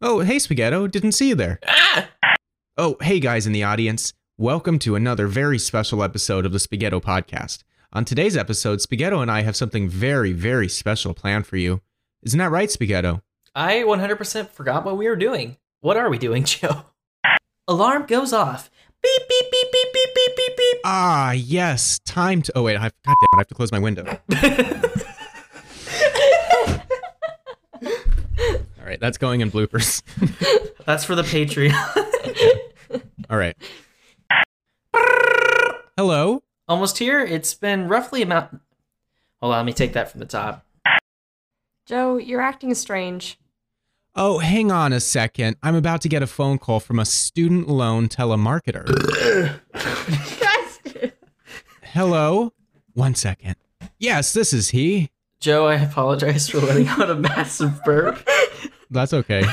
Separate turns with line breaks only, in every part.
Oh, hey, Spaghetto. Didn't see you there.
Ah!
Oh, hey, guys in the audience. Welcome to another very special episode of the Spaghetto Podcast. On today's episode, Spaghetto and I have something very, very special planned for you. Isn't that right, Spaghetto?
I 100% forgot what we were doing. What are we doing, Joe? Alarm goes off. Beep, beep, beep, beep, beep, beep, beep, beep.
Ah, yes. Time to. Oh, wait. I have, God damn it. I have to close my window. All right. That's going in bloopers.
That's for the Patreon.
All right. Hello.
Almost here. It's been roughly about. Hold on, let me take that from the top.
Joe, you're acting strange.
Oh, hang on a second. I'm about to get a phone call from a student loan telemarketer. Hello? One second. Yes, this is he.
Joe, I apologize for letting out a massive burp.
That's okay.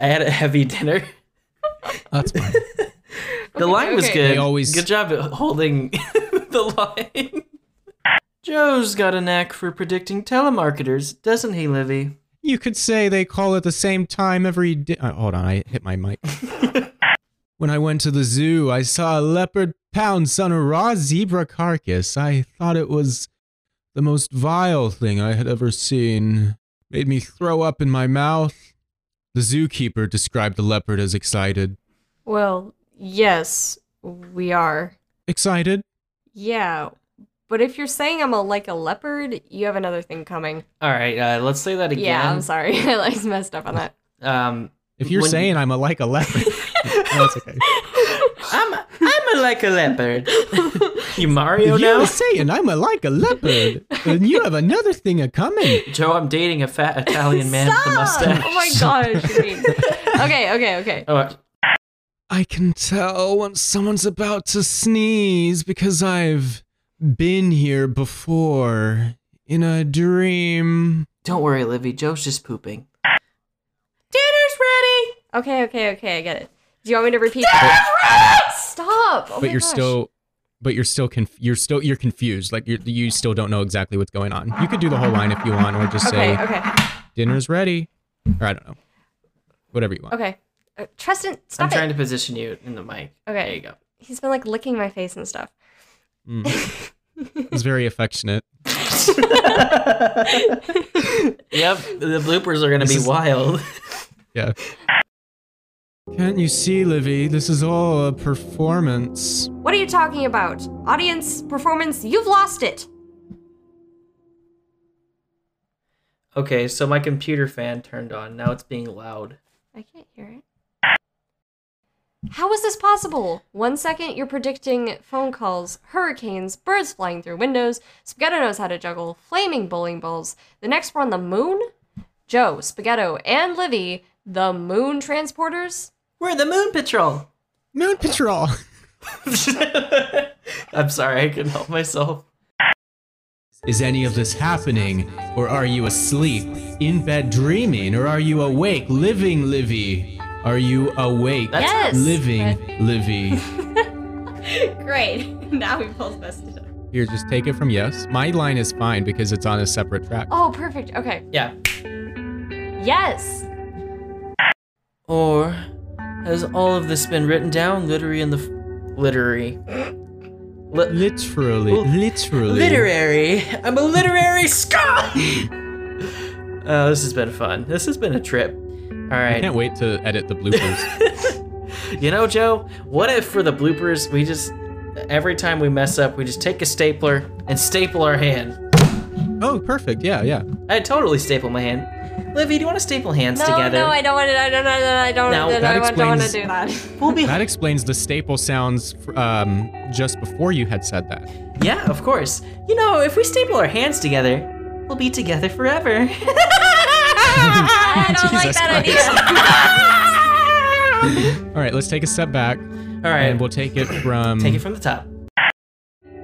I had a heavy dinner.
That's fine.
The line was good.
They always-
Good job at holding the line. Joe's got a knack for predicting telemarketers, doesn't he, Livy?
You could say they call at the same time every day. Uh, hold on, I hit my mic. when I went to the zoo, I saw a leopard pounce on a raw zebra carcass. I thought it was the most vile thing I had ever seen. Made me throw up in my mouth. The zookeeper described the leopard as excited.
Well, yes, we are.
Excited?
Yeah, but if you're saying I'm a, like a leopard, you have another thing coming.
All right, uh, let's say that again.
Yeah, I'm sorry. I like messed up on that.
Um,
If you're
When-
saying I'm a like a leopard, no, it's okay.
I'm a, I'm a like a leopard. you Mario
If
now?
you're saying I'm a like a leopard, and you have another thing a coming.
Joe, I'm dating a fat Italian man with a mustache.
Oh my gosh. you mean- okay, okay, okay.
Oh,
I can tell when someone's about to sneeze because I've been here before in a dream.
don't worry, Livy. Joe's just pooping. Dinner's ready.
Okay, okay, okay. I get it. Do you want me to repeat that? Stop. Oh my
but you're
gosh.
still but you're still conf- you're still you're confused like you you still don't know exactly what's going on. You could do the whole line if you want or just
Okay,
say
okay,
dinner's ready or I don't know. Whatever you want.
okay. Uh, Tristan, stop
I'm
it.
trying to position you in the mic.
Okay.
There you go.
He's been like licking my face and stuff.
Mm. it's very affectionate.
Yep, the bloopers are gonna
This
be
is-
wild.
Yeah. Can't you see, Livy? This is all a performance.
What are you talking about? Audience, performance, you've lost it.
Okay, so my computer fan turned on. Now it's being loud.
I can't hear it. How is this possible? One second you're predicting phone calls, hurricanes, birds flying through windows, Spaghetto knows how to juggle flaming bowling balls. The next we're on the moon? Joe, Spaghetto, and Livy, the moon transporters?
We're the Moon Patrol.
Moon Patrol.
I'm sorry, I couldn't help myself.
Is any of this happening? Or are you asleep, in bed dreaming? Or are you awake, living, Livy? Are you awake,
That's-
yes!
living, Livy?
Great. Now we've both messed it up.
Here, just take it from yes. My line is fine because it's on a separate track.
Oh, perfect. Okay.
Yeah.
Yes!
Or has all of this been written down, literary in the f- literary, Li-
Literally,
Ooh.
literally.
literary? I'm a literary scholar. oh, this has been fun. This has been a trip. All
I
right.
can't wait to edit the bloopers.
You know, Joe, what if for the bloopers, we just, every time we mess up, we just take a stapler and staple our hand?
oh, perfect. Yeah, yeah.
I'd totally staple my hand. Livy, do you want to staple hands
No,
together?
no, I don't want to. I don't. I don't. I
No,
don't, I
that
don't, don't want to do
explains-
that.
We'll be.
That explains the staple sounds fr- um, just before you had said that.
Yeah, of course. You know, if we staple our hands together, we'll be together forever.
I don't like
Jesus
that idea.
All right, let's take a step back
All right,
and we'll take it from.
take it from the top.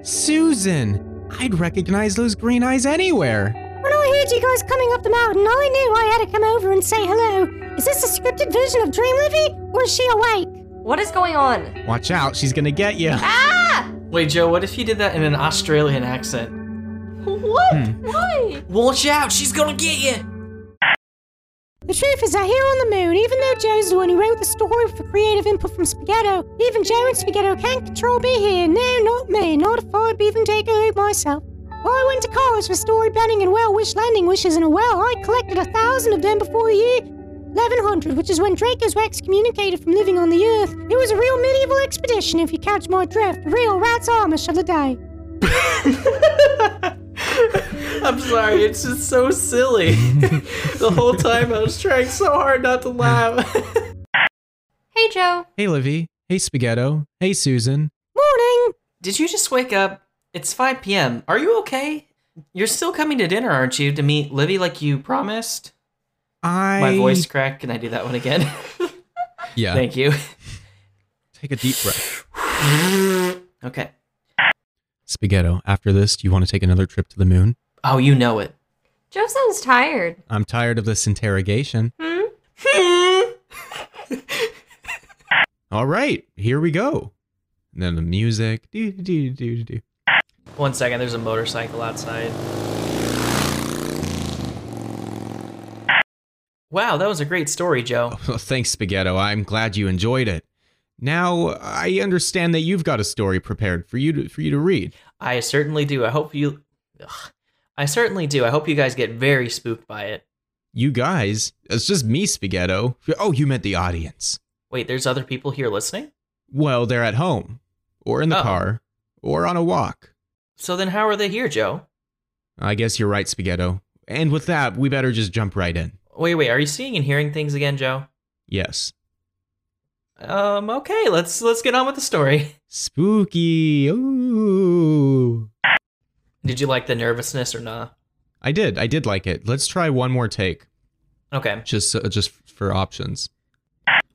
Susan, I'd recognize those green eyes anywhere.
When Oh, I heard you guys coming up the mountain, I knew I had to come over and say hello. Is this a scripted version of Dream Livy, or is she awake?
what is going on?
Watch out, she's gonna get you.
Ah! Wait, Joe, what if you did that in an Australian accent?
What? Why?
Watch out, she's gonna get you.
The truth is that here on the moon, even though Joe's the one who wrote the story with the creative input from Spaghetto, even Joe and Spaghetto can't control me here. No, not me. Not if I even take it myself. While I went to college for story bending and well wish landing wishes in a well, I collected a thousand of them before the year 1100, which is when Draco's were excommunicated from living on the Earth. It was a real medieval expedition, if you catch my drift. The real rat's Amish of the day.
I'm sorry, it's just so silly. the whole time I was trying so hard not to laugh.
Hey, Joe.
Hey, Livy. Hey, Spaghetto. Hey, Susan.
Morning!
Did you just wake up? It's 5 p.m. Are you okay? You're still coming to dinner, aren't you, to meet Livy like you promised?
I.
My voice cracked. Can I do that one again?
Yeah.
Thank you.
Take a deep breath.
Okay.
Spaghetto, after this, do you want to take another trip to the moon?
Oh, you know it.
Joe sounds tired.
I'm tired of this interrogation.
Hmm?
All right, here we go. And then the music. Do, do, do, do, do.
One second, there's a motorcycle outside. Wow, that was a great story, Joe.
Oh, Well, thanks, Spaghetto. I'm glad you enjoyed it. Now I understand that you've got a story prepared for you to, for you to read.
I certainly do. I hope you. Ugh. I certainly do. I hope you guys get very spooked by it.
You guys, it's just me, Spaghetto. Oh, you meant the audience.
Wait, there's other people here listening?
Well, they're at home, or in the
Oh.
car, or on a walk.
So then how are they here, Joe?
I guess you're right, Spaghetto. And with that, we better just jump right in.
Wait, wait, are you seeing and hearing things again, Joe?
Yes.
Um, okay, let's let's get on with the story.
Spooky. Ooh.
Did you like the nervousness or not?
I did. I did like it. Let's try one more take,
Nah? Okay.
just uh, just for options.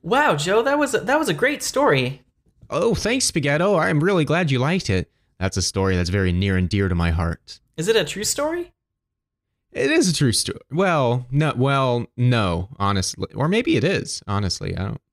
Wow, Joe, that was a, that was a great story.
Oh, thanks, Spaghetto. I'm really glad you liked it. That's a story that's very near and dear to my heart.
Is it a true story?
It is a true story. Well, no, well, no, honestly, or maybe it is. Honestly, I don't.